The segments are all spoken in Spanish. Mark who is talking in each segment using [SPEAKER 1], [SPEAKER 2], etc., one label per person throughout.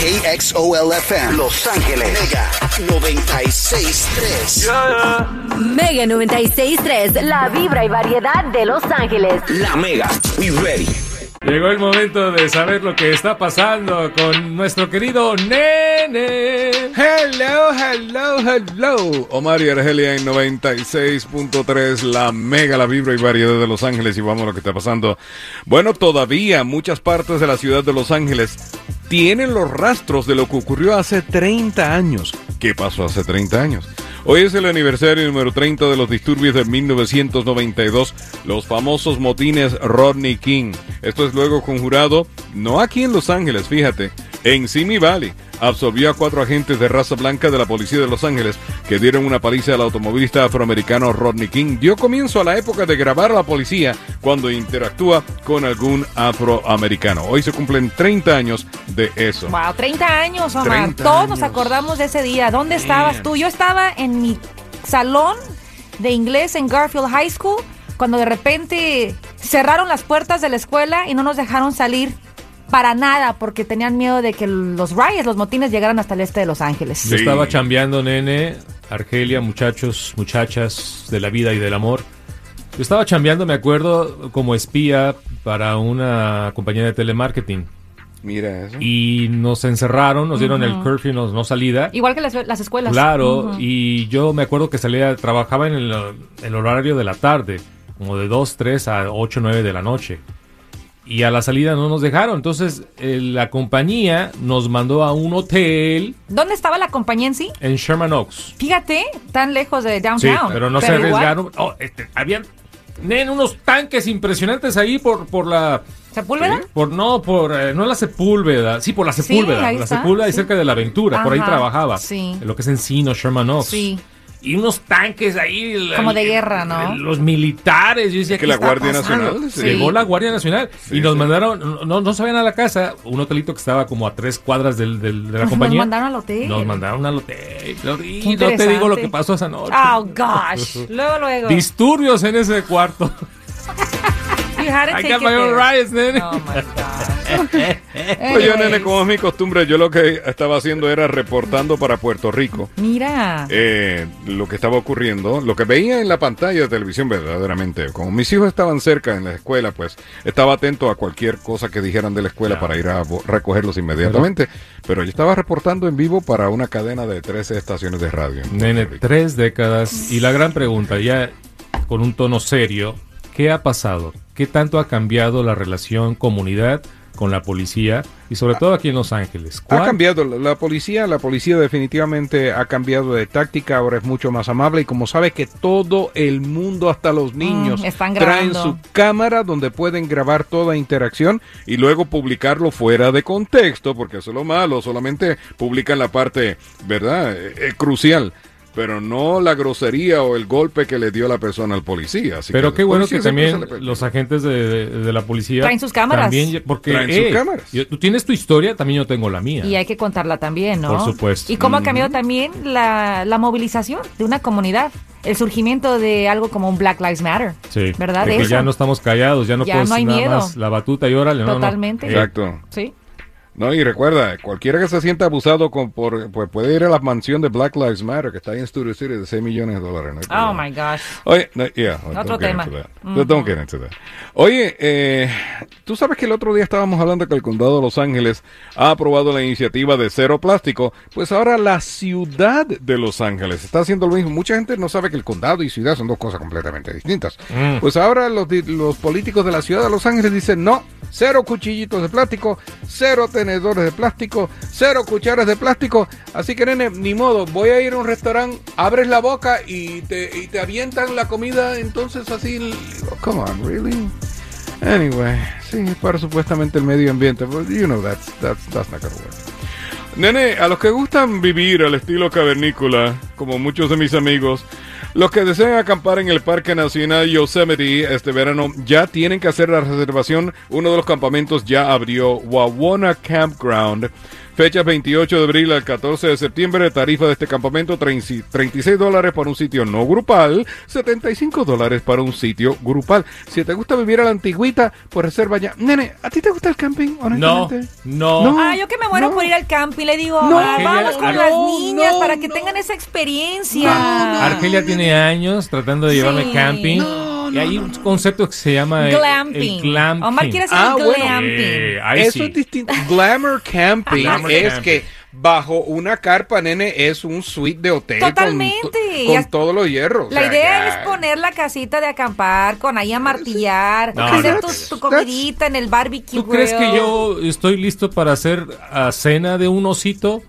[SPEAKER 1] KXOLFM Los Ángeles Mega 963
[SPEAKER 2] Mega 96.3, la vibra y variedad de Los Ángeles.
[SPEAKER 1] La Mega We ready
[SPEAKER 3] Llegó el momento de saber lo que está pasando con nuestro querido nene.
[SPEAKER 4] Hello, hello, hello. Omar y Argelia en 96.3, la mega, la vibra y variedad de Los Ángeles. Y vamos a lo que está pasando. Bueno, todavía muchas partes de la ciudad de Los Ángeles tienen los rastros de lo que ocurrió hace 30 años. ¿Qué pasó hace 30 años? Hoy es el aniversario número 30 de los disturbios de 1992, los famosos motines Rodney King. Esto es luego conjurado, no aquí en Los Ángeles, fíjate, en Simi Valley. Absolvió a cuatro agentes de raza blanca de la policía de Los Ángeles que dieron una paliza al automovilista afroamericano Rodney King. Dio comienzo a la época de grabar a la policía cuando interactúa con algún afroamericano. Hoy se cumplen 30 años de eso.
[SPEAKER 5] Wow, 30 años, Omar.
[SPEAKER 4] 30
[SPEAKER 5] Todos
[SPEAKER 4] años.
[SPEAKER 5] nos acordamos de ese día. ¿Dónde estabas tú? Yo estaba en mi salón de inglés en Garfield High School cuando de repente cerraron las puertas de la escuela y no nos dejaron salir para nada porque tenían miedo de que los riots, los motines llegaran hasta el este de Los Ángeles.
[SPEAKER 3] Yo
[SPEAKER 4] Sí.
[SPEAKER 3] estaba chambeando, nene, Argelia, muchachos, muchachas de la vida y del amor. Yo estaba chambeando, me acuerdo, como espía para una compañía de telemarketing.
[SPEAKER 4] Mira eso.
[SPEAKER 3] Y nos encerraron, nos dieron el curfew, no, no salida.
[SPEAKER 5] Igual que las, las escuelas.
[SPEAKER 3] Claro, y yo me acuerdo que salía, trabajaba en el, el horario de la tarde, como de 2, 3 a 8, 9 de la noche. Y a la salida no nos dejaron. Entonces, eh, la compañía nos mandó a un hotel
[SPEAKER 5] ¿Dónde estaba la compañía en sí?
[SPEAKER 3] en Sherman Oaks.
[SPEAKER 5] Fíjate, tan lejos de downtown.
[SPEAKER 3] Sí, pero no se
[SPEAKER 5] Oh, igual,
[SPEAKER 3] arriesgaron. Oh, este, habían nen, unos tanques impresionantes ahí por, por la...
[SPEAKER 5] ¿Sepúlveda?
[SPEAKER 3] Por, no, por, eh, no la Sepúlveda, sí, por la Sepúlveda,
[SPEAKER 5] ahí
[SPEAKER 3] la
[SPEAKER 5] está,
[SPEAKER 3] Sepúlveda y
[SPEAKER 5] sí.
[SPEAKER 3] cerca de la Aventura, por ahí
[SPEAKER 5] Ajá,
[SPEAKER 3] trabajaba,
[SPEAKER 5] sí.
[SPEAKER 3] en lo que es Encino, Sherman Oaks.
[SPEAKER 5] Sí.
[SPEAKER 3] Y unos tanques ahí. la-
[SPEAKER 5] Como de guerra, ¿no?
[SPEAKER 3] Los militares, yo decía
[SPEAKER 4] Que
[SPEAKER 3] ¿qué
[SPEAKER 4] la
[SPEAKER 3] está
[SPEAKER 4] Guardia
[SPEAKER 3] pasando?
[SPEAKER 4] Nacional, sí.
[SPEAKER 3] Llegó la Guardia Nacional
[SPEAKER 4] Sí,
[SPEAKER 3] y nos
[SPEAKER 4] sí.
[SPEAKER 3] mandaron, no, no sabían a la casa, un hotelito que estaba como a tres cuadras del, del- de la
[SPEAKER 5] Nos-
[SPEAKER 3] compañía.
[SPEAKER 5] nos mandaron al hotel.
[SPEAKER 3] Nos mandaron al hotel. Florita,
[SPEAKER 5] Qué
[SPEAKER 3] no te digo lo
[SPEAKER 5] interesante.
[SPEAKER 3] que pasó esa noche.
[SPEAKER 5] Oh, gosh. Luego, luego.
[SPEAKER 3] Disturbios en ese cuarto.
[SPEAKER 5] You had to
[SPEAKER 3] I
[SPEAKER 5] take
[SPEAKER 3] got
[SPEAKER 5] it
[SPEAKER 3] my own
[SPEAKER 5] there.
[SPEAKER 3] riots, nene.
[SPEAKER 5] Oh my God.
[SPEAKER 4] Pues yo, nene,
[SPEAKER 5] Anyways,
[SPEAKER 4] como es mi costumbre, yo lo que estaba haciendo era reportando para Puerto Rico
[SPEAKER 5] Mira.
[SPEAKER 4] eh, lo que estaba ocurriendo, lo que veía en la pantalla de televisión verdaderamente. Como mis hijos estaban cerca en la escuela, pues estaba atento a cualquier cosa que dijeran de la escuela
[SPEAKER 3] Claro.
[SPEAKER 4] para ir a bo- recogerlos inmediatamente. Pero yo estaba reportando en vivo para una cadena de 13 estaciones de radio. en Puerto
[SPEAKER 3] Nene,
[SPEAKER 4] Rico.
[SPEAKER 3] tres décadas. Y la gran pregunta, ya con un tono serio, ¿qué ha pasado? ¿Qué tanto ha cambiado la relación comunidad con la policía? Y sobre todo aquí en Los Ángeles.
[SPEAKER 4] Ha
[SPEAKER 3] ¿Cuál-
[SPEAKER 4] cambiado la- la policía, la policía definitivamente ha cambiado de táctica, ahora es mucho más amable y como sabe que todo el mundo, hasta los
[SPEAKER 3] Mm,
[SPEAKER 4] niños,
[SPEAKER 5] están
[SPEAKER 4] traen
[SPEAKER 5] grabando.
[SPEAKER 4] su cámara donde pueden grabar toda interacción y luego publicarlo fuera de contexto, porque eso es lo malo, solamente publican la parte, ¿verdad?, Eh, eh, crucial. Pero no la grosería o el golpe que le dio la persona al policía. Así
[SPEAKER 3] Pero
[SPEAKER 4] que
[SPEAKER 3] qué
[SPEAKER 4] el
[SPEAKER 3] bueno
[SPEAKER 4] policía
[SPEAKER 3] que
[SPEAKER 4] siempre
[SPEAKER 3] también
[SPEAKER 4] se le-
[SPEAKER 3] los agentes de, de- de la policía...
[SPEAKER 5] Traen sus cámaras.
[SPEAKER 3] también- porque,
[SPEAKER 4] Traen sus cámaras.
[SPEAKER 3] yo- tú tienes tu historia, también yo tengo la mía.
[SPEAKER 5] Y hay que contarla también, ¿no?
[SPEAKER 3] Por supuesto.
[SPEAKER 5] Y cómo ha cambiado también la, la movilización de una comunidad. El surgimiento de algo como un Black Lives Matter.
[SPEAKER 3] Sí,
[SPEAKER 5] ¿Verdad?
[SPEAKER 3] de
[SPEAKER 5] De
[SPEAKER 3] que
[SPEAKER 5] eso.
[SPEAKER 3] ya no estamos callados, ya no
[SPEAKER 5] Ya
[SPEAKER 3] puedes
[SPEAKER 5] no hay
[SPEAKER 3] nada
[SPEAKER 5] miedo.
[SPEAKER 3] más la batuta y órale, no, no.
[SPEAKER 5] Totalmente.
[SPEAKER 3] Eh,
[SPEAKER 4] Exacto.
[SPEAKER 5] Sí.
[SPEAKER 4] No, y recuerda, cualquiera que se sienta abusado con por, pues puede ir a la mansión de Black Lives Matter, que está ahí en Studio City, de 6 millones de dólares. no hay
[SPEAKER 5] Oh
[SPEAKER 4] problema.
[SPEAKER 5] my gosh.
[SPEAKER 4] Oye, no, yeah, I
[SPEAKER 5] Otro
[SPEAKER 4] don't get
[SPEAKER 5] tema. Mm-hmm.
[SPEAKER 4] into that. Don't get into that. Oye, eh, tú sabes que el otro día estábamos hablando que el condado de Los Ángeles ha aprobado la iniciativa de cero plástico. Pues ahora la ciudad de Los Ángeles está haciendo lo mismo. Mucha gente no sabe que el condado y ciudad son dos cosas completamente distintas. Pues ahora los, di- los políticos de la ciudad de Los Ángeles dicen no, cero cuchillitos de plástico, cero tenedores de plástico, cero cucharas de plástico. Así que, nene, ni modo, voy a ir a un restaurante, abres la boca y te, y te avientan la comida, entonces así. l- Come on, really? Anyway, sí, es para supuestamente el medio ambiente, but you know that's, that's, that's not gonna work. Nene, a los que gustan vivir al estilo cavernícola, como muchos de mis amigos, los que desean acampar en el Parque Nacional Yosemite este verano ya tienen que hacer la reservación. Uno de los campamentos ya abrió, Wawona Campground. Fecha 28 de abril al 14 de septiembre, tarifa de este campamento 30 36 dólares para un sitio no grupal, 75 dólares para un sitio grupal. Si te gusta vivir a la antigüita, pues reserva ya. Nene, ¿a ti te gusta el camping,
[SPEAKER 3] No,
[SPEAKER 4] honestamente?
[SPEAKER 3] no.
[SPEAKER 4] No.
[SPEAKER 5] Ah, yo que me muero
[SPEAKER 4] No.
[SPEAKER 5] por ir al campo y le digo,
[SPEAKER 4] No,
[SPEAKER 5] "Ah, vamos
[SPEAKER 3] Argelia,
[SPEAKER 5] con
[SPEAKER 3] no,
[SPEAKER 5] las niñas
[SPEAKER 4] no,
[SPEAKER 5] para que
[SPEAKER 4] no.
[SPEAKER 5] tengan esa experiencia.
[SPEAKER 3] Ah, Argelia tiene años tratando de llevarme camping. y hay un concepto que se llama el- el
[SPEAKER 5] Glamping.
[SPEAKER 3] glamping.
[SPEAKER 5] Omar quiere hacer
[SPEAKER 6] Ah,
[SPEAKER 5] el
[SPEAKER 6] bueno.
[SPEAKER 5] glamping.
[SPEAKER 3] Eh, ahí
[SPEAKER 6] Eso
[SPEAKER 3] sí.
[SPEAKER 6] es distinto. Glamour camping
[SPEAKER 3] Glamour
[SPEAKER 6] es
[SPEAKER 3] camping.
[SPEAKER 6] que bajo una carpa, nene, es un suite de hotel. con to-
[SPEAKER 5] Totalmente.
[SPEAKER 6] Con,
[SPEAKER 5] Y hasta-
[SPEAKER 6] todos los hierros.
[SPEAKER 5] La
[SPEAKER 6] O sea,
[SPEAKER 5] idea
[SPEAKER 6] ya.
[SPEAKER 5] es poner la casita de acampar con ahí a martillar,
[SPEAKER 3] No,
[SPEAKER 5] hacer
[SPEAKER 3] no.
[SPEAKER 5] tu, tu
[SPEAKER 6] That's-
[SPEAKER 5] comidita en el barbecue.
[SPEAKER 3] ¿Tú crees que
[SPEAKER 5] grill.
[SPEAKER 3] yo estoy listo para hacer ah, cena de un osito?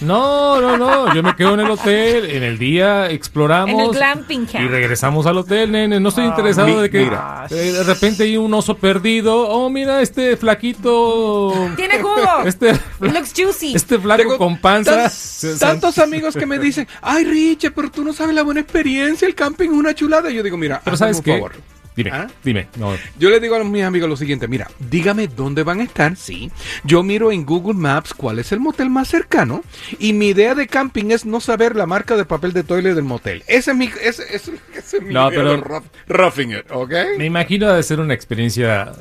[SPEAKER 3] No, no, no. Yo me quedo en el hotel, en el día exploramos.
[SPEAKER 5] En el glamping Ah, camp.
[SPEAKER 3] Y regresamos al hotel, nene. No estoy interesado
[SPEAKER 6] mi-
[SPEAKER 3] de que
[SPEAKER 6] mira.
[SPEAKER 3] eh, de repente hay un oso perdido. Oh, mira, este flaquito.
[SPEAKER 5] Tiene jugo.
[SPEAKER 3] Este,
[SPEAKER 5] Looks juicy.
[SPEAKER 3] este flaco
[SPEAKER 6] Tengo
[SPEAKER 3] con panza.
[SPEAKER 6] tan- tantos amigos que me dicen, ay Richie, pero tú no sabes la buena experiencia, el camping es una chulada. Yo digo, mira,
[SPEAKER 3] Pero
[SPEAKER 6] hazme
[SPEAKER 3] ¿sabes
[SPEAKER 6] un
[SPEAKER 3] qué?
[SPEAKER 6] favor.
[SPEAKER 3] Dime,
[SPEAKER 6] ¿Ah?
[SPEAKER 3] dime. No,
[SPEAKER 6] Yo le digo a mis amigos lo siguiente, mira, dígame dónde van a estar, sí. Yo miro en Google Maps cuál es el motel más cercano y mi idea de camping es no saber la marca de papel de toile del motel. Ese es mi, ese, ese- ese es mi
[SPEAKER 3] No,
[SPEAKER 6] idea
[SPEAKER 3] pero-
[SPEAKER 6] de rough- roughing it, ¿ok?
[SPEAKER 3] me imagino ha de ser una experiencia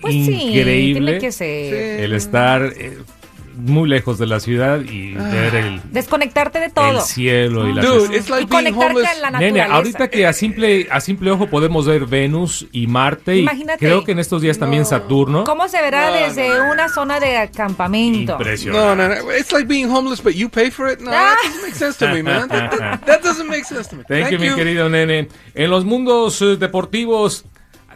[SPEAKER 5] Pues sí,
[SPEAKER 3] increíble.
[SPEAKER 5] tiene que ser.
[SPEAKER 6] Sí.
[SPEAKER 3] el estar eh, muy lejos de la ciudad y ver el,
[SPEAKER 5] Desconectarte de
[SPEAKER 3] el
[SPEAKER 5] todo.
[SPEAKER 3] cielo y las
[SPEAKER 6] Dude, it's
[SPEAKER 5] y
[SPEAKER 6] like being
[SPEAKER 5] conectarte
[SPEAKER 6] homeless.
[SPEAKER 5] a la naturaleza.
[SPEAKER 3] Nene, ahorita que a simple, a simple ojo podemos ver Venus y Marte,
[SPEAKER 5] Imagínate.
[SPEAKER 3] y creo que en estos días también Saturno.
[SPEAKER 5] ¿Cómo se verá
[SPEAKER 6] No,
[SPEAKER 5] desde
[SPEAKER 6] no, no.
[SPEAKER 5] una zona de acampamento?
[SPEAKER 6] No,
[SPEAKER 3] Impresionante.
[SPEAKER 6] no, no. It's like being homeless, but you pay for it. No, that doesn't make sense to me, man. That, that- that doesn't make sense to me.
[SPEAKER 3] Thank you, mi querido nene. En los mundos eh, deportivos,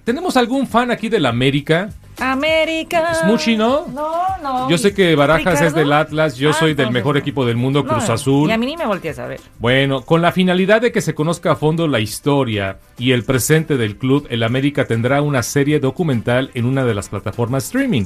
[SPEAKER 3] ¿tenemos algún fan aquí del América?
[SPEAKER 5] América.
[SPEAKER 3] Smuchi, ¿no?
[SPEAKER 5] No, no.
[SPEAKER 3] Yo sé que Barajas
[SPEAKER 5] ¿Ricardo?
[SPEAKER 3] es del Atlas, yo
[SPEAKER 5] Ah,
[SPEAKER 3] soy del
[SPEAKER 5] entonces
[SPEAKER 3] mejor
[SPEAKER 5] no.
[SPEAKER 3] equipo del mundo,
[SPEAKER 5] No,
[SPEAKER 3] Cruz
[SPEAKER 5] no,
[SPEAKER 3] Azul.
[SPEAKER 5] Y a mí ni me volteas a ver.
[SPEAKER 3] Bueno, con la finalidad de que se conozca a fondo la historia y el presente del club, el América tendrá una serie documental en una de las plataformas streaming.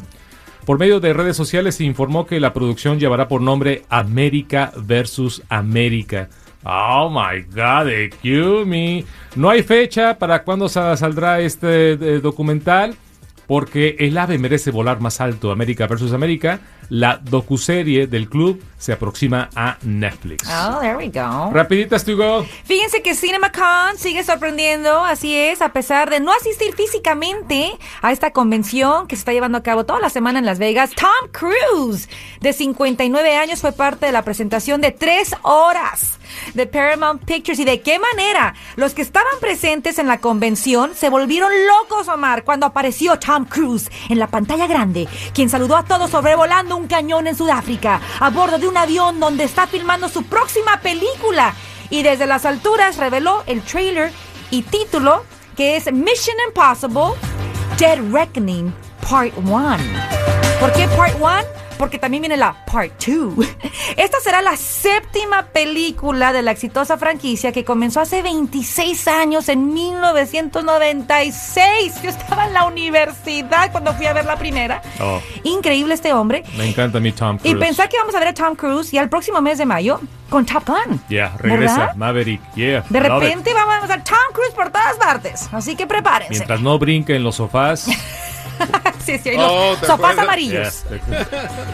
[SPEAKER 3] Por medio de redes sociales se informó que la producción llevará por nombre América versus América. Oh my god, excuse me. No hay fecha para cuándo sa- saldrá este eh, documental. Porque el ave merece volar más alto, América versus América. La docuserie del club se aproxima a Netflix.
[SPEAKER 5] Oh, there we go.
[SPEAKER 3] Rapiditas to go.
[SPEAKER 5] Fíjense que CinemaCon sigue sorprendiendo, así es, a pesar de no asistir físicamente a esta convención que se está llevando a cabo toda la semana en Las Vegas. Tom Cruise, de 59 años, fue parte de la presentación de tres horas de Paramount Pictures. ¿Y de qué manera? Los que estaban presentes en la convención se volvieron locos, Omar, cuando apareció Tom Cruise en la pantalla grande, quien saludó a todos sobrevolando un cañón en Sudáfrica, a bordo de un avión donde está filmando su próxima película y desde las alturas reveló el trailer y título que es Mission Impossible Dead Reckoning Part 1. ¿Por qué Part 1? Porque también viene la Part 2. Esta será la séptima película de la exitosa franquicia que comenzó hace 26 años, en 1996. Yo estaba en la universidad cuando fui a ver la primera.
[SPEAKER 3] Oh.
[SPEAKER 5] Increíble este hombre.
[SPEAKER 3] Me encanta mi Tom
[SPEAKER 5] Y
[SPEAKER 3] Cruise.
[SPEAKER 5] pensar que vamos a ver a Tom Cruise y al próximo mes de mayo con Top Gun.
[SPEAKER 3] Yeah, regresa.
[SPEAKER 5] ¿Verdad?
[SPEAKER 3] Maverick. Yeah.
[SPEAKER 5] De
[SPEAKER 3] love it.
[SPEAKER 5] repente vamos a Tom Cruise por todas partes. Así que prepárense.
[SPEAKER 3] Mientras no brinque en los sofás.
[SPEAKER 5] sí, sí, hay los
[SPEAKER 6] Oh, ¿te
[SPEAKER 5] sofás
[SPEAKER 6] acuerdas?
[SPEAKER 5] amarillos.
[SPEAKER 3] Yeah.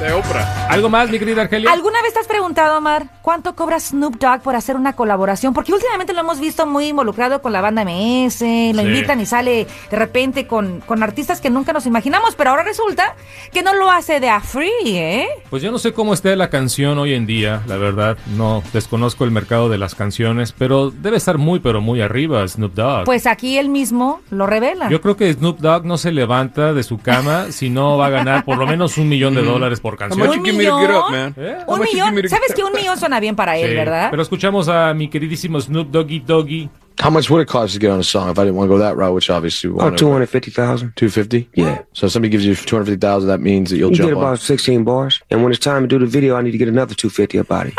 [SPEAKER 6] De Oprah.
[SPEAKER 3] ¿Algo más, mi querida Argelia?
[SPEAKER 5] ¿Alguna vez te has preguntado, Omar, cuánto cobra Snoop Dogg por hacer una colaboración? Porque últimamente lo hemos visto muy involucrado con la banda MS, lo
[SPEAKER 3] Sí.
[SPEAKER 5] invitan y sale de repente con, con artistas que nunca nos imaginamos, pero ahora resulta que no lo hace de a free, ¿eh?
[SPEAKER 3] Pues yo no sé cómo esté la canción hoy en día, la verdad. No desconozco el mercado de las canciones, pero debe estar muy, pero muy arriba Snoop Dogg.
[SPEAKER 5] Pues ah. aquí él mismo lo revela.
[SPEAKER 3] yo creo que Snoop Dogg no se levanta de su cama si no va a ganar por lo menos un
[SPEAKER 6] Mm.
[SPEAKER 3] millón de dólares por
[SPEAKER 6] How
[SPEAKER 3] canción.
[SPEAKER 6] much
[SPEAKER 5] much
[SPEAKER 6] you
[SPEAKER 5] you
[SPEAKER 6] give
[SPEAKER 5] give
[SPEAKER 6] me get
[SPEAKER 5] me to get
[SPEAKER 6] up,
[SPEAKER 5] up,
[SPEAKER 6] man?
[SPEAKER 5] man?
[SPEAKER 3] ¿Eh?
[SPEAKER 5] Un millón, sabes que un millón suena bien para él,
[SPEAKER 3] Sí,
[SPEAKER 5] ¿verdad?
[SPEAKER 3] Pero escuchamos a mi queridísimo Snoop Doggy Doggy.
[SPEAKER 7] How much would it cost to get on a song if I didn't want to go that route, which obviously we
[SPEAKER 8] Oh,
[SPEAKER 7] want to?
[SPEAKER 8] 250,000.
[SPEAKER 7] 250?
[SPEAKER 8] Yeah.
[SPEAKER 7] So if somebody gives you 250,000, that means that you'll
[SPEAKER 8] You
[SPEAKER 7] jump
[SPEAKER 8] get
[SPEAKER 7] on.
[SPEAKER 8] about 16 bars. And when it's time to do the video, I need to get another 250 about it.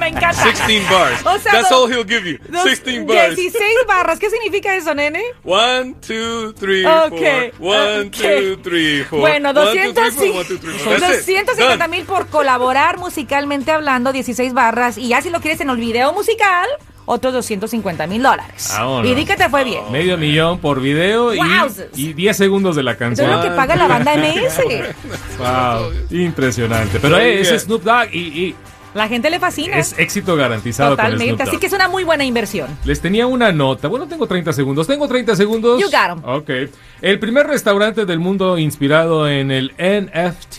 [SPEAKER 5] Me encanta.
[SPEAKER 6] 16 bars.
[SPEAKER 5] O sea,
[SPEAKER 6] That's
[SPEAKER 5] dos-
[SPEAKER 6] all he'll give you.
[SPEAKER 5] Dos-
[SPEAKER 6] 16 bars.
[SPEAKER 5] 16 barras. ¿Qué significa eso, nene?
[SPEAKER 6] One, two, three,
[SPEAKER 5] Ok.
[SPEAKER 6] four. One,
[SPEAKER 5] ok.
[SPEAKER 6] two, three, four.
[SPEAKER 5] Bueno,
[SPEAKER 6] One, two, three, four. One, two, three, four. That's it.
[SPEAKER 5] 250
[SPEAKER 6] Done.
[SPEAKER 5] mil por colaborar musicalmente hablando, 16 barras. Y ya si lo quieres en el video musical, otros 250 mil dólares.
[SPEAKER 3] Vámonos.
[SPEAKER 5] Y di que te fue bien.
[SPEAKER 3] Medio millón por video y,
[SPEAKER 5] Wowzers.
[SPEAKER 3] y 10 segundos de la
[SPEAKER 5] Eso
[SPEAKER 3] canción.
[SPEAKER 5] es lo que paga la banda MS.
[SPEAKER 3] Wow, impresionante. Pero eh, ese Snoop Dogg y, y
[SPEAKER 5] La gente le fascina.
[SPEAKER 3] es éxito garantizado con
[SPEAKER 5] Totalmente.
[SPEAKER 3] Snoop Dogg.
[SPEAKER 5] Así que es una muy buena inversión.
[SPEAKER 3] Les tenía una nota. Bueno, tengo 30 segundos. Tengo 30 segundos.
[SPEAKER 5] You got 'em.
[SPEAKER 3] Ok. El primer restaurante del mundo inspirado en el NFT,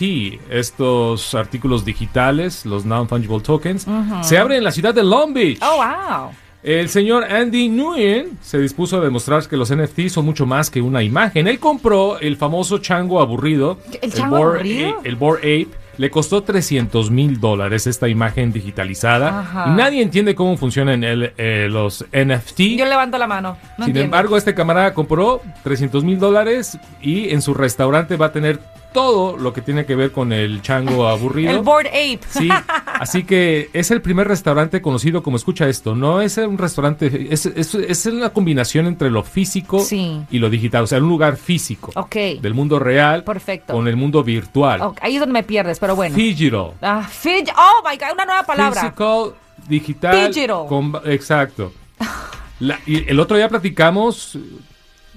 [SPEAKER 3] estos artículos digitales, los non-fungible tokens, se abre en la ciudad de Long Beach.
[SPEAKER 5] Oh, wow.
[SPEAKER 3] El señor Andy Nguyen se dispuso a demostrar que los NFT son mucho más que una imagen. Él compró el famoso chango aburrido.
[SPEAKER 5] ¿El chango
[SPEAKER 3] Bored
[SPEAKER 5] aburrido?
[SPEAKER 3] Ape- el Bored Ape. Le costó 300 mil dólares esta imagen digitalizada.
[SPEAKER 5] Ajá.
[SPEAKER 3] Y nadie entiende cómo funcionan el- eh, los NFT.
[SPEAKER 5] Yo levanto la mano. No
[SPEAKER 3] Sin
[SPEAKER 5] entiendo.
[SPEAKER 3] embargo, este camarada compró 300 mil dólares y en su restaurante va a tener todo lo que tiene que ver con el chango aburrido.
[SPEAKER 5] el Board Ape.
[SPEAKER 3] Sí, así que es el primer restaurante conocido como escucha esto. No es un restaurante, es, es- es una combinación entre lo físico
[SPEAKER 5] Sí.
[SPEAKER 3] y lo digital, o sea, un lugar físico
[SPEAKER 5] Ok.
[SPEAKER 3] del mundo real
[SPEAKER 5] Perfecto.
[SPEAKER 3] con el mundo virtual.
[SPEAKER 5] Ok, Ahí es donde me pierdes, pero bueno.
[SPEAKER 3] Digital.
[SPEAKER 5] Ah, fig- oh my God, una nueva palabra.
[SPEAKER 3] Physical, digital.
[SPEAKER 5] Digital.
[SPEAKER 3] comba- exacto. La- y el otro día platicamos.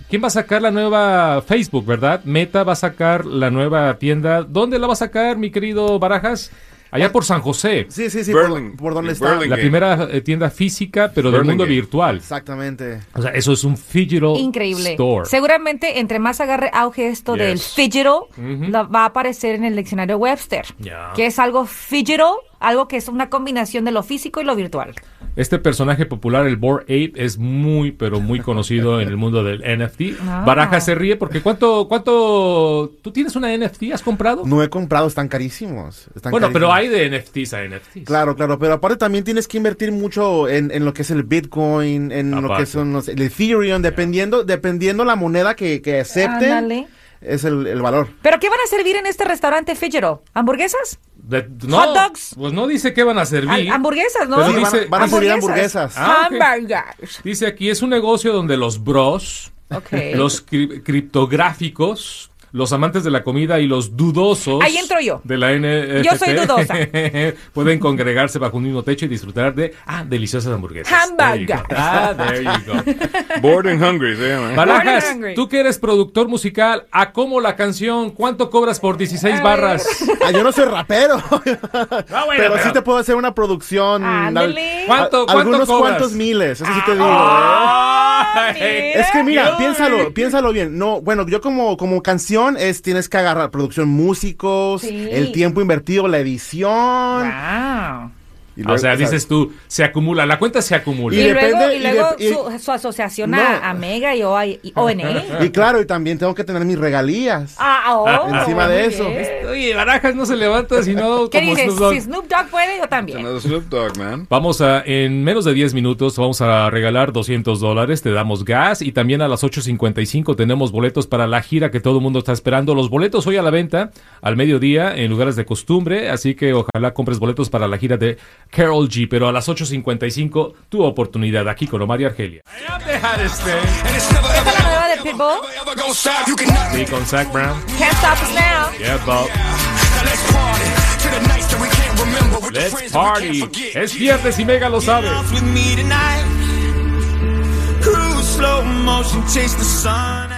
[SPEAKER 3] ¿Quién va a sacar la nueva Facebook, verdad? Meta va a sacar la nueva tienda. ¿Dónde la va a sacar, mi querido Barajas?
[SPEAKER 5] Eh,
[SPEAKER 3] Allá por San José.
[SPEAKER 9] Sí, sí, sí. por-
[SPEAKER 4] Burling-
[SPEAKER 9] Por, dónde
[SPEAKER 4] de
[SPEAKER 9] está.
[SPEAKER 4] Burling.
[SPEAKER 3] La primera eh, tienda física, pero del
[SPEAKER 4] Burlingame.
[SPEAKER 3] mundo virtual.
[SPEAKER 9] Exactamente.
[SPEAKER 3] O sea, eso es un digital
[SPEAKER 5] Increíble.
[SPEAKER 3] store.
[SPEAKER 5] Seguramente entre más agarre auge esto
[SPEAKER 3] Yes.
[SPEAKER 5] del fidgetal, la- va a aparecer en el diccionario Webster,
[SPEAKER 3] Ya.
[SPEAKER 5] que es algo fidgetal, algo que es una combinación de lo físico y lo virtual.
[SPEAKER 3] Este personaje popular, el Bored Ape, es muy, pero muy conocido en el mundo del NFT.
[SPEAKER 5] Ah.
[SPEAKER 3] Baraja se ríe porque ¿cuánto, cuánto, tú tienes una NFT? ¿Has comprado?
[SPEAKER 9] No he comprado, están carísimos. Están
[SPEAKER 3] bueno, pero
[SPEAKER 9] carísimos.
[SPEAKER 3] hay de NFTs a NFTs.
[SPEAKER 9] Claro, claro, pero aparte también tienes que invertir mucho en, en lo que es el Bitcoin, en lo
[SPEAKER 3] Aparte.
[SPEAKER 9] que son los, el Ethereum, dependiendo, dependiendo la moneda que, que acepten,
[SPEAKER 5] Ándale.
[SPEAKER 9] es el, el valor.
[SPEAKER 5] ¿Pero qué van a servir en este restaurante fidgetal? ¿Hamburguesas?
[SPEAKER 3] De- no,
[SPEAKER 5] Hot dogs.
[SPEAKER 3] Pues no dice qué van a servir.
[SPEAKER 5] Al- hamburguesas, ¿no?
[SPEAKER 3] Pero
[SPEAKER 9] Sí, van a-
[SPEAKER 3] dice-
[SPEAKER 9] van a servir hamburguesas.
[SPEAKER 3] Ah, ok.
[SPEAKER 5] Hamburgers.
[SPEAKER 3] Dice aquí, es un negocio donde los bros,
[SPEAKER 5] Ok.
[SPEAKER 3] los cri- criptográficos, los amantes de la comida y los dudosos
[SPEAKER 5] Ahí entro yo.
[SPEAKER 3] de la NFT
[SPEAKER 5] Yo soy dudosa.
[SPEAKER 3] pueden congregarse bajo un mismo techo y disfrutar de ah, deliciosas hamburguesas.
[SPEAKER 5] Hamburger.
[SPEAKER 3] There you go. Ah, there you go.
[SPEAKER 4] Bored and hungry se llama. ¿eh?
[SPEAKER 3] Barajas,
[SPEAKER 5] hungry.
[SPEAKER 3] tú que eres productor musical, ¿a cómo la canción? ¿Cuánto cobras por 16 barras?
[SPEAKER 9] Ah, yo no soy rapero,
[SPEAKER 3] Ah, bueno,
[SPEAKER 9] pero sí
[SPEAKER 3] pero-
[SPEAKER 9] te puedo hacer una producción.
[SPEAKER 5] Ándele.
[SPEAKER 9] al-
[SPEAKER 3] ¿Cuánto-
[SPEAKER 9] a-
[SPEAKER 3] cuánto
[SPEAKER 9] algunos
[SPEAKER 3] cobras?
[SPEAKER 9] cuantos miles, eso sí te digo. ¿eh?
[SPEAKER 3] Ay.
[SPEAKER 5] Ah, mira.
[SPEAKER 9] Es que mira,
[SPEAKER 3] Ay.
[SPEAKER 9] piénsalo, piénsalo bien. No, bueno, yo como, como canción es tienes que agarrar producción, músicos,
[SPEAKER 5] Sí.
[SPEAKER 9] el tiempo invertido, la edición.
[SPEAKER 5] Wow.
[SPEAKER 9] Y
[SPEAKER 3] o
[SPEAKER 9] luego,
[SPEAKER 3] sea, dices tú, se acumula, la cuenta se acumula.
[SPEAKER 9] Y
[SPEAKER 5] Y, luego,
[SPEAKER 9] depende-
[SPEAKER 5] y
[SPEAKER 9] y
[SPEAKER 5] luego
[SPEAKER 9] dep- y-
[SPEAKER 5] su, su asociación
[SPEAKER 9] No.
[SPEAKER 5] a, a Mega y E. OA y ONA.
[SPEAKER 9] Y claro, y también tengo que tener mis regalías.
[SPEAKER 5] Ah, oh,
[SPEAKER 9] Encima
[SPEAKER 5] muy
[SPEAKER 9] de eso.
[SPEAKER 5] bien.
[SPEAKER 3] Oye, Barajas no se levanta sino
[SPEAKER 5] ¿Qué
[SPEAKER 3] como
[SPEAKER 5] dices?
[SPEAKER 3] Snoop Dogg.
[SPEAKER 5] Si Snoop Dogg puede, yo también.
[SPEAKER 4] Another Snoop Dogg, man.
[SPEAKER 3] Vamos a, en menos de 10 minutos, vamos a regalar 200 dólares, te damos gas y también a las 8.55 tenemos boletos para la gira que todo el mundo está esperando. Los boletos hoy a la venta, al mediodía, en lugares de costumbre, así que ojalá compres boletos para la gira de Carol G, pero a las 8.55 tu oportunidad aquí con Omar y Argelia.
[SPEAKER 5] ¿Esta es la nueva de Pitbull?
[SPEAKER 3] Sí, con Zach Brown.
[SPEAKER 5] Can't Stop Us Now.
[SPEAKER 3] Yeah, Bob. Let's party. Es viernes y Mega lo sabe.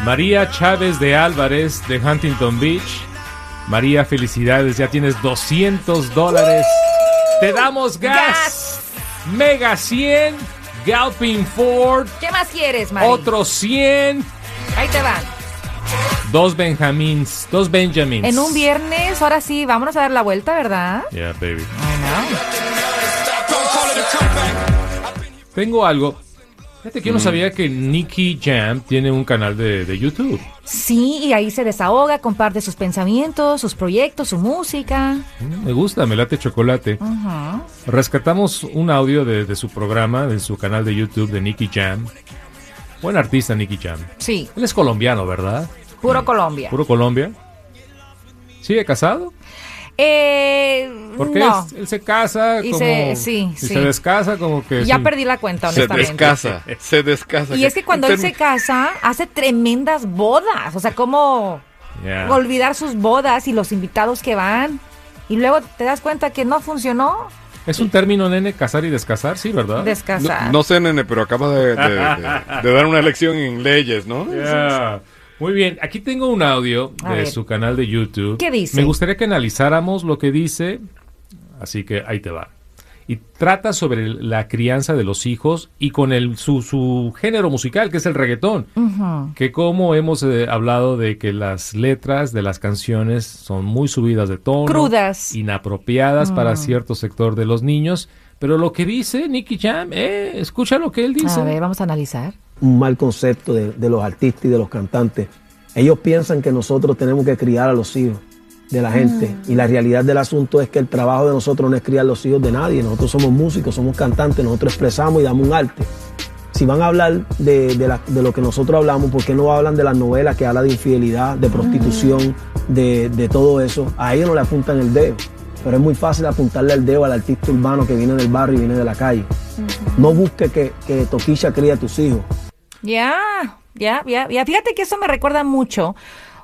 [SPEAKER 3] María Chávez de Álvarez de Huntington Beach. María, felicidades, ya tienes 200 dólares. Te damos gas. Mega 100. Galpin Ford.
[SPEAKER 5] ¿Qué más quieres, Mari?
[SPEAKER 3] Otros 100.
[SPEAKER 5] Ahí te van.
[SPEAKER 3] Dos Benjamins. Dos Benjamins.
[SPEAKER 5] En un viernes, ahora sí, vámonos a dar la vuelta, ¿verdad?
[SPEAKER 3] Yeah, baby. Tengo algo. Fíjate que yo no sabía que Nicky Jam tiene un canal de, de YouTube.
[SPEAKER 5] Sí, y ahí se desahoga, comparte sus pensamientos, sus proyectos, su música.
[SPEAKER 3] Mm, Me gusta, me late chocolate. Rescatamos un audio de, de su programa, de su canal de YouTube de Nicky Jam. Buen artista Nicky Jam.
[SPEAKER 5] Sí,
[SPEAKER 3] Él es colombiano, ¿verdad?
[SPEAKER 5] puro Colombia.
[SPEAKER 3] Puro Colombia. ¿Sigue casado?
[SPEAKER 5] Eh,
[SPEAKER 3] Porque
[SPEAKER 5] no,
[SPEAKER 3] es- él se casa
[SPEAKER 5] Y
[SPEAKER 3] como...
[SPEAKER 5] se- sí,
[SPEAKER 3] y
[SPEAKER 5] sí.
[SPEAKER 3] se descasa como que...
[SPEAKER 5] ya
[SPEAKER 3] sí.
[SPEAKER 5] perdí la cuenta,
[SPEAKER 4] Se
[SPEAKER 5] honestamente.
[SPEAKER 4] descasa, se descasa.
[SPEAKER 5] Y es que cuando él se casa, hace tremendas bodas. O sea, cómo
[SPEAKER 3] Yeah.
[SPEAKER 5] olvidar sus bodas y los invitados que van. Y luego te das cuenta que no funcionó.
[SPEAKER 3] Es un término, nene, casar y descasar, sí, ¿verdad?
[SPEAKER 5] Descasar.
[SPEAKER 4] Ah, No, no sé, nene, pero acabas de, de- de- de dar una lección en leyes, ¿no?
[SPEAKER 3] Yeah. Muy bien, aquí tengo un audio
[SPEAKER 5] A
[SPEAKER 3] de
[SPEAKER 5] ver.
[SPEAKER 3] su canal de YouTube.
[SPEAKER 5] ¿Qué dice?
[SPEAKER 3] Me gustaría que analizáramos lo que dice, así que ahí te va. Y trata sobre la crianza de los hijos y con el, su, su género musical, que es el reggaetón. Que como hemos eh, hablado de que las letras de las canciones son muy subidas de tono.
[SPEAKER 5] Crudas. Mm.
[SPEAKER 3] Inapropiadas para cierto sector de los niños. Pero lo que dice Nicky Jam, eh, escucha lo que él dice.
[SPEAKER 5] A ver, vamos a analizar.
[SPEAKER 10] un mal concepto de, de los artistas y de los cantantes. Ellos piensan que nosotros tenemos que criar a los hijos de la gente. Y la realidad del asunto es que el trabajo de nosotros no es criar los hijos de nadie. Nosotros somos músicos, somos cantantes, nosotros expresamos y damos un arte. Si van a hablar de, de la- de lo que nosotros hablamos, ¿por qué no hablan de las novelas que habla de infidelidad, de prostitución, de, de todo eso? A ellos no le apuntan el dedo. Pero es muy fácil apuntarle el dedo al artista urbano que viene del barrio y viene de la calle. No busque que, que Toquilla cría a tus hijos.
[SPEAKER 5] Ya, ya, ya, ya. Fíjate que eso me recuerda mucho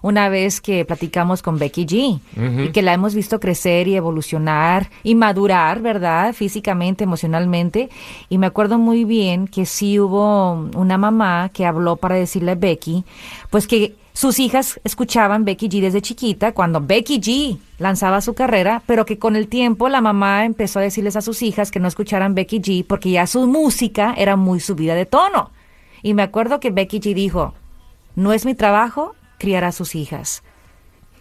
[SPEAKER 5] una vez que platicamos con Becky G y que la hemos visto crecer y evolucionar y madurar, ¿verdad? Físicamente, emocionalmente. Y me acuerdo muy bien que sí hubo una mamá que habló para decirle a Becky, pues que sus hijas escuchaban Becky G desde chiquita, cuando Becky G lanzaba su carrera, pero que con el tiempo la mamá empezó a decirles a sus hijas que no escucharan Becky G porque ya su música era muy subida de tono. Y me acuerdo que Becky G dijo, no es mi trabajo criar a sus hijas.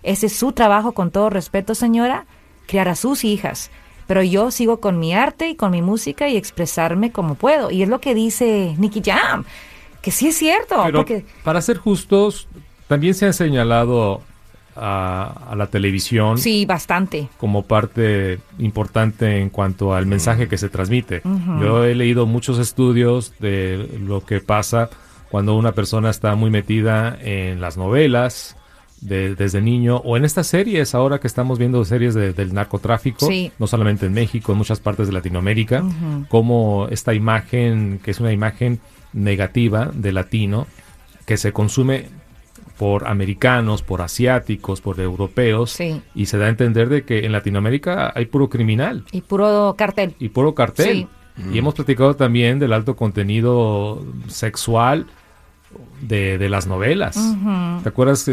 [SPEAKER 5] Ese es su trabajo, con todo respeto, señora, criar a sus hijas. Pero yo sigo con mi arte y con mi música y expresarme como puedo. Y es lo que dice Nicky Jam, que sí es cierto.
[SPEAKER 3] Pero
[SPEAKER 5] porque-
[SPEAKER 3] para ser justos, también se ha señalado a, a la televisión
[SPEAKER 5] Sí, bastante.
[SPEAKER 3] como parte importante en cuanto al mensaje que se transmite. Yo he leído muchos estudios de lo que pasa cuando una persona está muy metida en las novelas de- desde niño o en estas series ahora que estamos viendo series de- del narcotráfico,
[SPEAKER 5] Sí.
[SPEAKER 3] no solamente en México, en muchas partes de Latinoamérica, como esta imagen, que es una imagen negativa de latino, que se consume por americanos, por asiáticos, por europeos,
[SPEAKER 5] Sí.
[SPEAKER 3] y se da a entender de que en Latinoamérica hay puro criminal
[SPEAKER 5] Y puro cartel.
[SPEAKER 3] y puro cartel. Y hemos platicado también del alto contenido sexual de, de las novelas. ¿Te acuerdas eh,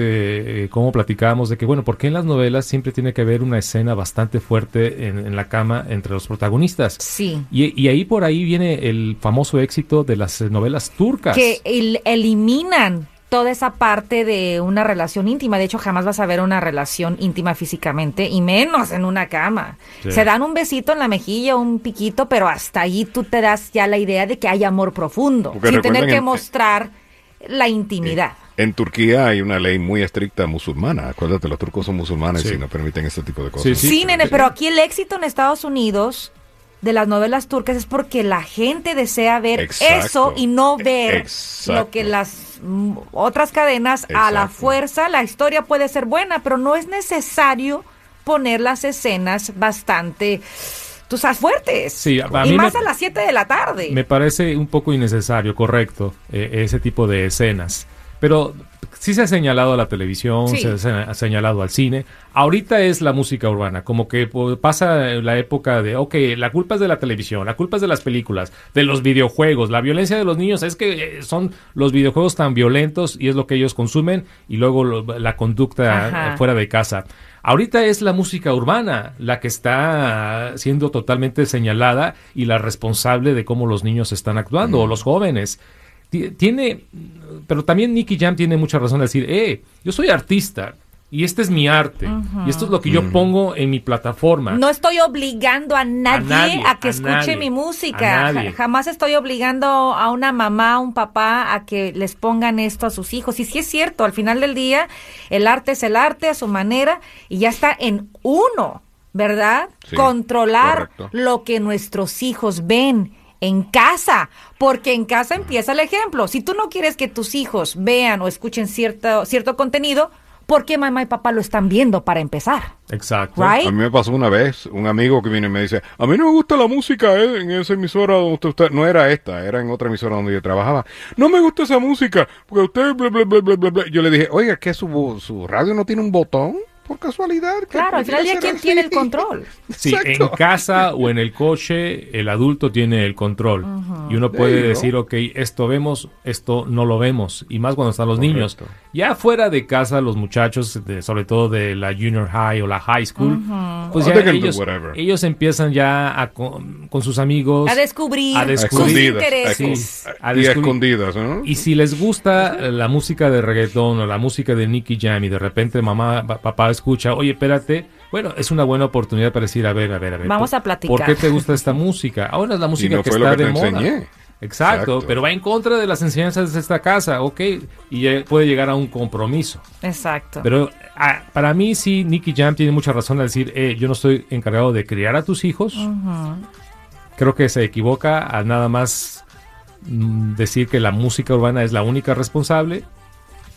[SPEAKER 3] eh, cómo platicábamos de que, bueno, ¿por qué en las novelas siempre tiene que haber una escena bastante fuerte en, en la cama entre los protagonistas?
[SPEAKER 5] Sí.
[SPEAKER 3] Y, y ahí por ahí viene el famoso éxito de las eh, novelas turcas.
[SPEAKER 5] que el- eliminan toda esa parte de una relación íntima. De hecho, jamás vas a ver una relación íntima físicamente y menos en una cama.
[SPEAKER 3] Sí.
[SPEAKER 5] Se dan un besito en la mejilla, un piquito, pero hasta ahí tú te das ya la idea de que hay amor profundo,
[SPEAKER 4] Porque
[SPEAKER 5] sin tener
[SPEAKER 4] recuerden
[SPEAKER 5] que
[SPEAKER 4] en-
[SPEAKER 5] mostrar la intimidad.
[SPEAKER 4] En Turquía hay una ley muy estricta musulmana. Acuérdate, los turcos son musulmanes
[SPEAKER 3] Sí.
[SPEAKER 4] y no permiten ese tipo de cosas.
[SPEAKER 3] Sí,
[SPEAKER 5] Sí, nene, pero aquí el éxito en Estados Unidos de las novelas turcas es porque la gente desea ver
[SPEAKER 4] Exacto.
[SPEAKER 5] eso y no
[SPEAKER 3] E-
[SPEAKER 5] ver
[SPEAKER 4] Exacto.
[SPEAKER 5] lo que las mm, otras cadenas a la
[SPEAKER 4] Exacto.
[SPEAKER 5] fuerza, la historia puede ser buena, pero no es necesario poner las escenas bastante, tú sabes, fuertes.
[SPEAKER 3] Sí, a- a
[SPEAKER 5] y
[SPEAKER 3] mí
[SPEAKER 5] más
[SPEAKER 3] me-
[SPEAKER 5] a las 7 de la tarde.
[SPEAKER 3] Me parece un poco innecesario, correcto, eh, ese tipo de escenas. Pero sí se ha señalado a la televisión,
[SPEAKER 5] Sí.
[SPEAKER 3] se, se ha señalado al cine. Ahorita es la música urbana, como que pues, pasa la época de, ok, la culpa es de la televisión, la culpa es de las películas, de los videojuegos, la violencia de los niños, es que eh, son los videojuegos tan violentos y es lo que ellos consumen y luego lo- la conducta
[SPEAKER 5] Ajá.
[SPEAKER 3] eh, fuera de casa. Ahorita es la música urbana la que está siendo totalmente señalada y la responsable de cómo los niños están actuando o los jóvenes. Ti- Tiene, pero también Nicky Jam tiene mucha razón de decir, eh, yo soy artista y este es mi arte y esto es lo que yo pongo en mi plataforma.
[SPEAKER 5] No estoy obligando a nadie a,
[SPEAKER 3] nadie,
[SPEAKER 5] que
[SPEAKER 3] a
[SPEAKER 5] escuche
[SPEAKER 3] nadie,
[SPEAKER 5] mi
[SPEAKER 3] a
[SPEAKER 5] música.
[SPEAKER 3] nadie.
[SPEAKER 5] Ja- Jamás estoy obligando a una mamá, a un papá a que les pongan esto a sus hijos. Y sí es cierto, al final del día el arte es el arte a su manera y ya está en uno, ¿verdad?
[SPEAKER 4] Sí,
[SPEAKER 5] Controlar
[SPEAKER 4] correcto.
[SPEAKER 5] lo que nuestros hijos ven en casa, porque en casa empieza el ejemplo. Si tú no quieres que tus hijos vean o escuchen cierto, cierto contenido, ¿por qué mamá y papá lo están viendo para empezar?
[SPEAKER 3] Exacto.
[SPEAKER 5] Right?
[SPEAKER 4] A mí me pasó una vez un amigo que vino y me dice, a mí no me gusta la música eh, en esa emisora donde usted, usted-". no era esta, era en otra emisora donde yo trabajaba. No me gusta esa música, porque usted, bla, bla, bla, bla, bla, bla". Yo le dije, oiga, ¿qué su, su radio no tiene un botón?
[SPEAKER 6] por casualidad. que
[SPEAKER 5] Claro, al final
[SPEAKER 6] podría
[SPEAKER 5] del día,
[SPEAKER 6] ser
[SPEAKER 5] ¿quién
[SPEAKER 6] así.
[SPEAKER 5] tiene el control?
[SPEAKER 3] Sí, en
[SPEAKER 6] Exacto.
[SPEAKER 3] casa o en el coche, el adulto tiene el control. Y uno
[SPEAKER 6] There
[SPEAKER 3] puede
[SPEAKER 6] you go.
[SPEAKER 3] decir, ok, esto vemos, esto no lo vemos. Y más cuando están los niños. Ya fuera de casa, los muchachos, de- sobre todo de la junior high o la high school, pues
[SPEAKER 4] Oh,
[SPEAKER 3] ya
[SPEAKER 4] they can do
[SPEAKER 3] ellos,
[SPEAKER 4] whatever.
[SPEAKER 3] ellos empiezan ya a con, con sus amigos.
[SPEAKER 5] A descubrir,
[SPEAKER 3] A
[SPEAKER 5] sus
[SPEAKER 3] descubrir.
[SPEAKER 5] intereses.
[SPEAKER 3] Sí, a
[SPEAKER 4] y
[SPEAKER 3] descubrir.
[SPEAKER 4] escondidas, ¿no?
[SPEAKER 3] Y si les gusta eh, la música de reggaetón o la música de Nicky Jam y de repente mamá, pa- papá escucha, oye, espérate, bueno, es una buena oportunidad para decir, a ver, a ver, a ver.
[SPEAKER 5] Vamos
[SPEAKER 3] ¿por-
[SPEAKER 5] a platicar.
[SPEAKER 3] ¿Por qué te gusta esta música? Ahora es la música
[SPEAKER 4] no
[SPEAKER 3] que
[SPEAKER 4] fue lo
[SPEAKER 3] está
[SPEAKER 4] que
[SPEAKER 3] de
[SPEAKER 4] te
[SPEAKER 3] moda.
[SPEAKER 4] enseñé.
[SPEAKER 3] Exacto,
[SPEAKER 4] Exacto.
[SPEAKER 3] pero va en contra de las enseñanzas de esta casa, ok, y ya puede llegar a un compromiso.
[SPEAKER 5] Exacto.
[SPEAKER 3] Pero ah, para mí sí, Nicky Jam tiene mucha razón al decir, eh, yo no estoy encargado de criar a tus hijos. Creo que se equivoca al nada más mm, decir que la música urbana es la única responsable,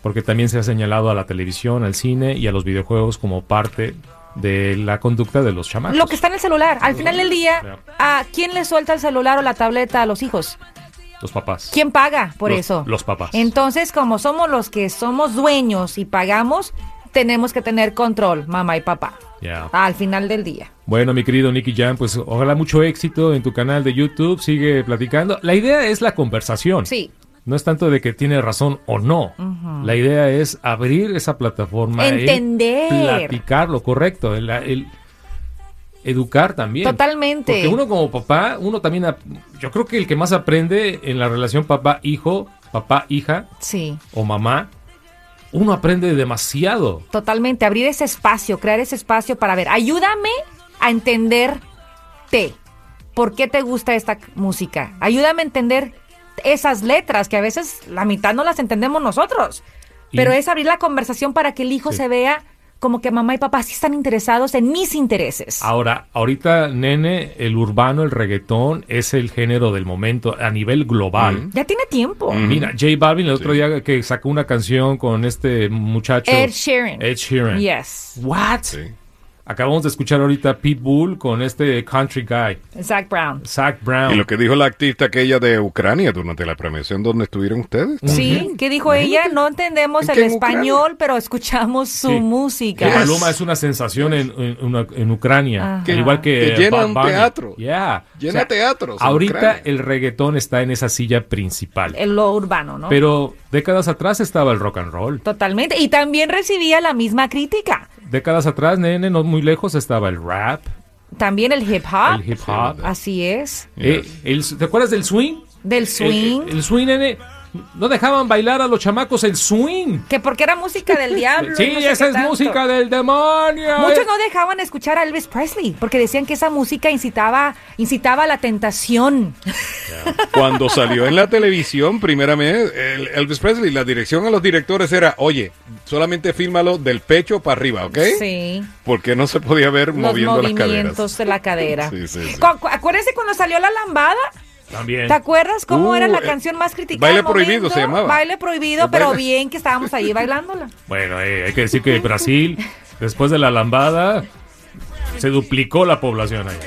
[SPEAKER 3] porque también se ha señalado a la televisión, al cine y a los videojuegos como parte de la conducta de los chamacos.
[SPEAKER 5] Lo que está en el celular. Al final del día,
[SPEAKER 3] Claro.
[SPEAKER 5] ¿a quién le suelta el celular o la tableta a los hijos?
[SPEAKER 3] Los papás.
[SPEAKER 5] ¿Quién paga por
[SPEAKER 3] Los-
[SPEAKER 5] eso?
[SPEAKER 3] los papás.
[SPEAKER 5] Entonces, como somos los que somos dueños y pagamos, tenemos que tener control, mamá y papá.
[SPEAKER 3] Ya.
[SPEAKER 5] Al final del día.
[SPEAKER 3] Bueno, mi querido Nicky Jam, pues ojalá mucho éxito en tu canal de YouTube, sigue platicando. La idea es la conversación.
[SPEAKER 5] Sí.
[SPEAKER 3] No es tanto de que tiene razón o no. La idea es abrir esa plataforma. el
[SPEAKER 5] Entender.
[SPEAKER 3] Platicarlo, correcto. El, el educar también.
[SPEAKER 5] Totalmente.
[SPEAKER 3] Porque uno como papá, uno también... ap- Yo creo que el que más aprende en la relación papá-hijo, papá-hija
[SPEAKER 5] Sí.
[SPEAKER 3] o mamá, uno aprende demasiado.
[SPEAKER 5] Totalmente. Abrir ese espacio, crear ese espacio para ver. Ayúdame a entenderte. ¿Por qué te gusta esta c- música? Ayúdame a entender esas letras que a veces la mitad no las entendemos nosotros.
[SPEAKER 3] Y-
[SPEAKER 5] Pero es abrir la conversación para que el hijo
[SPEAKER 3] Sí.
[SPEAKER 5] se vea como que mamá y papá sí están interesados en mis intereses.
[SPEAKER 3] Ahora, ahorita, nene, el urbano, el reggaetón es el género del momento a nivel global.
[SPEAKER 5] Ya tiene tiempo.
[SPEAKER 3] Mira, J Balvin el otro día que sacó una canción con este muchacho.
[SPEAKER 5] Ed Sheeran.
[SPEAKER 3] Ed Sheeran.
[SPEAKER 5] Yes.
[SPEAKER 3] What?
[SPEAKER 4] Sí.
[SPEAKER 3] Acabamos de escuchar ahorita Pitbull con este country guy,
[SPEAKER 5] Zach Brown.
[SPEAKER 3] Zach Brown.
[SPEAKER 4] Y lo que dijo la activista aquella de Ucrania durante la premiación donde estuvieron ustedes.
[SPEAKER 5] Sí, ¿qué dijo ella? No entendemos
[SPEAKER 4] ¿En
[SPEAKER 5] el
[SPEAKER 4] qué en Ucrania?
[SPEAKER 5] español, pero escuchamos su
[SPEAKER 3] Sí.
[SPEAKER 5] música.
[SPEAKER 3] Que Maluma es una sensación en, en- una- en Ucrania,
[SPEAKER 5] Ajá. Que-
[SPEAKER 3] igual que,
[SPEAKER 4] que llena
[SPEAKER 3] Bad
[SPEAKER 4] un
[SPEAKER 3] Bunny.
[SPEAKER 4] teatro.
[SPEAKER 3] Yeah.
[SPEAKER 4] Llena teatros en
[SPEAKER 3] Ahorita
[SPEAKER 4] Ucrania.
[SPEAKER 3] el reggaetón está en esa silla principal.
[SPEAKER 5] En Lo urbano, Eh, ¿no?
[SPEAKER 3] Pero décadas atrás estaba el rock and roll.
[SPEAKER 5] Totalmente. Y también recibía la misma crítica.
[SPEAKER 3] Décadas atrás, nene, no muy lejos estaba el rap,
[SPEAKER 5] También el hip hop.
[SPEAKER 3] el hip hop.
[SPEAKER 5] Así es.
[SPEAKER 3] Eh, el- ¿Te acuerdas del swing?
[SPEAKER 5] Del swing.
[SPEAKER 3] El, el- el swing, nene. No dejaban bailar a los chamacos el swing.
[SPEAKER 5] que porque era música del diablo.
[SPEAKER 3] Sí,
[SPEAKER 5] no sé
[SPEAKER 3] esa
[SPEAKER 5] qué
[SPEAKER 3] es
[SPEAKER 5] tanto.
[SPEAKER 3] música del demonio. Eh.
[SPEAKER 5] Muchos no dejaban escuchar a Elvis Presley porque decían que esa música incitaba, incitaba a la tentación.
[SPEAKER 4] Cuando salió en la televisión, primeramente, el- Elvis Presley, la dirección a los directores era, oye, solamente fílmalo del pecho para arriba, ¿ok?
[SPEAKER 5] Sí.
[SPEAKER 4] Porque no se podía ver
[SPEAKER 5] Los
[SPEAKER 4] moviendo las
[SPEAKER 5] movimientos
[SPEAKER 4] caderas.
[SPEAKER 5] de la cadera.
[SPEAKER 4] Sí, sí, sí.
[SPEAKER 5] Cu- cu- Acuérdense cuando salió la lambada.
[SPEAKER 3] También.
[SPEAKER 5] ¿Te acuerdas cómo
[SPEAKER 4] Uh,
[SPEAKER 5] era la
[SPEAKER 4] eh,
[SPEAKER 5] canción más criticada?
[SPEAKER 4] Baile
[SPEAKER 5] al momento?
[SPEAKER 4] Prohibido se llamaba.
[SPEAKER 5] Baile prohibido,
[SPEAKER 4] El
[SPEAKER 5] pero
[SPEAKER 4] baile-
[SPEAKER 5] bien que estábamos ahí bailándola.
[SPEAKER 3] Bueno, eh, hay que decir que Brasil, después de la lambada, se duplicó la población allá.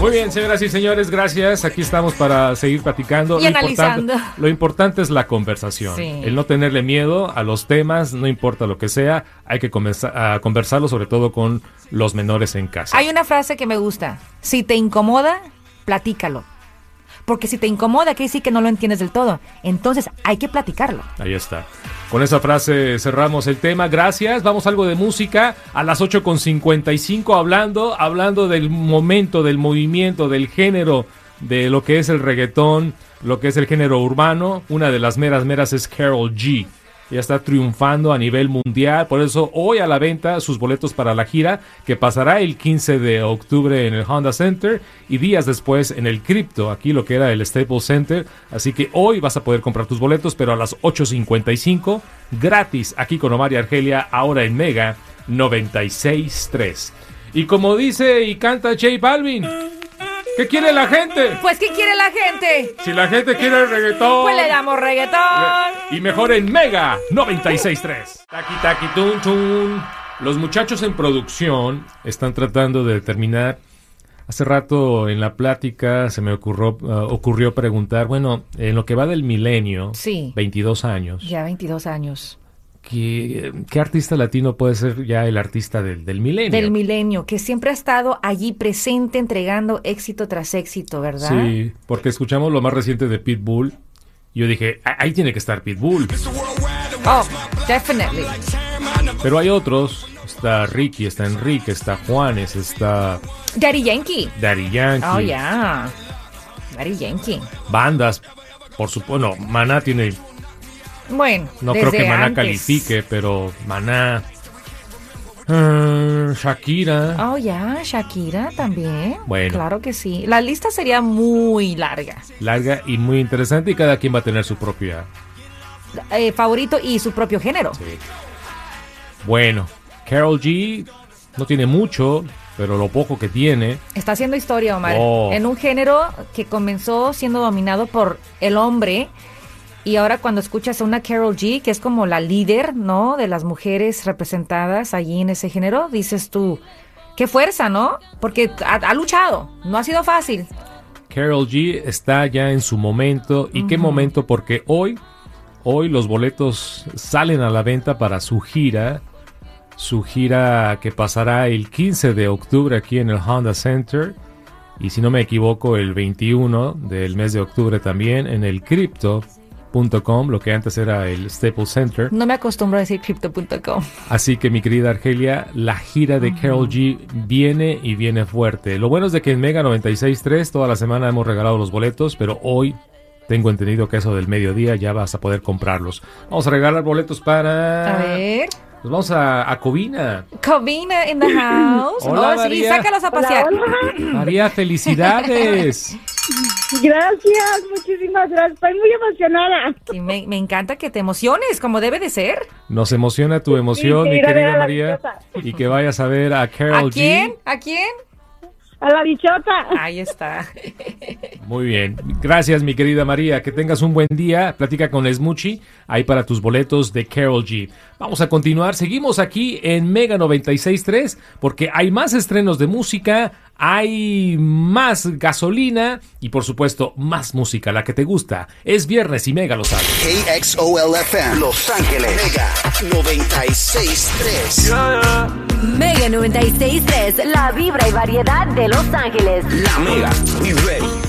[SPEAKER 3] Muy bien, señoras y señores, gracias. Aquí estamos para seguir platicando.
[SPEAKER 5] Y
[SPEAKER 3] importante-
[SPEAKER 5] analizando.
[SPEAKER 3] lo importante es la conversación.
[SPEAKER 5] Sí.
[SPEAKER 3] El no tenerle miedo a los temas, no importa lo que sea, hay que comenzar a conversarlo, sobre todo con los menores en casa.
[SPEAKER 5] Hay una frase que me gusta. Si te incomoda, platícalo. Porque si te incomoda, que sí que no lo entiendes del todo. Entonces hay que platicarlo.
[SPEAKER 3] Ahí está. Con esa frase cerramos el tema. Gracias. Vamos a algo de música. A las 8.55 hablando, hablando del momento, del movimiento, del género, de lo que es el reggaetón, lo que es el género urbano. Una de las meras meras es Carol G. Ya está triunfando a nivel mundial. Por eso hoy a la venta sus boletos para la gira que pasará el 15 de octubre en el Honda Center y días después en el Crypto, aquí lo que era el Staples Center. Así que hoy vas a poder comprar tus boletos, pero a las 8.55 gratis aquí con Omar y Argelia, ahora en Mega 96.3. Y como dice y canta J Balvin, ¿qué quiere la gente?
[SPEAKER 5] Pues, ¿qué quiere la gente?
[SPEAKER 3] Si la gente quiere el reggaetón.
[SPEAKER 5] Pues le damos reggaetón.
[SPEAKER 3] Y mejor en Mega 963. Taqui taqui tun tun. Los muchachos en producción están tratando de determinar. Hace rato en la plática se me ocurrió, ah, ocurrió preguntar, bueno, en lo que va del milenio,
[SPEAKER 5] Sí.
[SPEAKER 3] 22 años,
[SPEAKER 5] Ya 22 años.
[SPEAKER 3] ¿qué, qué artista latino puede ser ya el artista del, del milenio?
[SPEAKER 5] Del milenio, que siempre ha estado allí presente entregando éxito tras éxito, ¿verdad?
[SPEAKER 3] Sí, porque escuchamos lo más reciente de Pitbull. y Yo dije, "Ah, ahí tiene que estar Pitbull.
[SPEAKER 5] Oh, definitely.
[SPEAKER 3] Pero hay otros. Está Ricky, está Enrique, está Juanes, está
[SPEAKER 5] Daddy Yankee.
[SPEAKER 3] Daddy Yankee.
[SPEAKER 5] Oh, yeah. Daddy Yankee.
[SPEAKER 3] Bandas, por supuesto. No, Maná tiene.
[SPEAKER 5] Bueno,
[SPEAKER 3] No creo
[SPEAKER 5] desde
[SPEAKER 3] que Maná
[SPEAKER 5] antes.
[SPEAKER 3] califique, pero Maná. eh, Shakira.
[SPEAKER 5] Oh, ya, Shakira también.
[SPEAKER 3] Bueno.
[SPEAKER 5] Claro que sí. La lista sería muy larga.
[SPEAKER 3] Larga y muy interesante. Y cada quien va a tener su propia.
[SPEAKER 5] Eh, favorito y su propio género.
[SPEAKER 3] Bueno, Carol G. No tiene mucho, pero lo poco que tiene.
[SPEAKER 5] Está haciendo historia, Omar.
[SPEAKER 3] Oh.
[SPEAKER 5] En un género que comenzó siendo dominado por el hombre. Y ahora cuando escuchas a una Carol G, que es como la líder, ¿no? De las mujeres representadas allí en ese género, dices tú, qué fuerza, ¿no? Porque ha, ha luchado, no ha sido fácil.
[SPEAKER 3] Carol G está ya en su momento. ¿Y qué momento? Porque hoy, hoy los boletos salen a la venta para su gira. Su gira que pasará el 15 de octubre aquí en el Honda Center. Y si no me equivoco, el 21 del mes de octubre también en el Crypto.com, lo que antes era el Staples Center.
[SPEAKER 5] No me acostumbro a decir crypto.com.
[SPEAKER 3] Así que mi querida Argelia, la gira de Carol G viene y viene fuerte. Lo bueno es de que en Mega 96.3 toda la semana hemos regalado los boletos, pero hoy tengo entendido que eso del mediodía ya vas a poder comprarlos. Vamos a regalar boletos para...
[SPEAKER 5] A ver.
[SPEAKER 3] Nos vamos a, a Covina.
[SPEAKER 5] Covina in the house. oh,
[SPEAKER 3] Hola,
[SPEAKER 5] sí,
[SPEAKER 3] María.
[SPEAKER 5] sácalos a pasear.
[SPEAKER 3] María, felicidades.
[SPEAKER 11] Gracias, muchísimas gracias. Estoy muy emocionada.
[SPEAKER 5] Sí, me, me encanta que te emociones, como debe de ser.
[SPEAKER 3] Nos emociona tu emoción,
[SPEAKER 11] sí,
[SPEAKER 3] mi
[SPEAKER 11] ir a ver
[SPEAKER 3] querida
[SPEAKER 11] a la
[SPEAKER 3] María. Y que vayas a ver a Carol
[SPEAKER 5] ¿A quién?
[SPEAKER 3] G.
[SPEAKER 5] ¿A quién?
[SPEAKER 11] A la bichota.
[SPEAKER 5] Ahí está.
[SPEAKER 3] Muy bien. Gracias, mi querida María. Que tengas un buen día. Platica con Smuchi. Ahí para tus boletos de Carol G. Vamos a continuar. Seguimos aquí en Mega 96.3 porque hay más estrenos de música, hay más gasolina y, por supuesto, más música, la que te gusta. Es viernes y Mega lo sabe.
[SPEAKER 1] KXOLFM, Los Ángeles, Mega 963.
[SPEAKER 2] Mega 963, la vibra y variedad de Los Ángeles.
[SPEAKER 1] La Mega, we ready.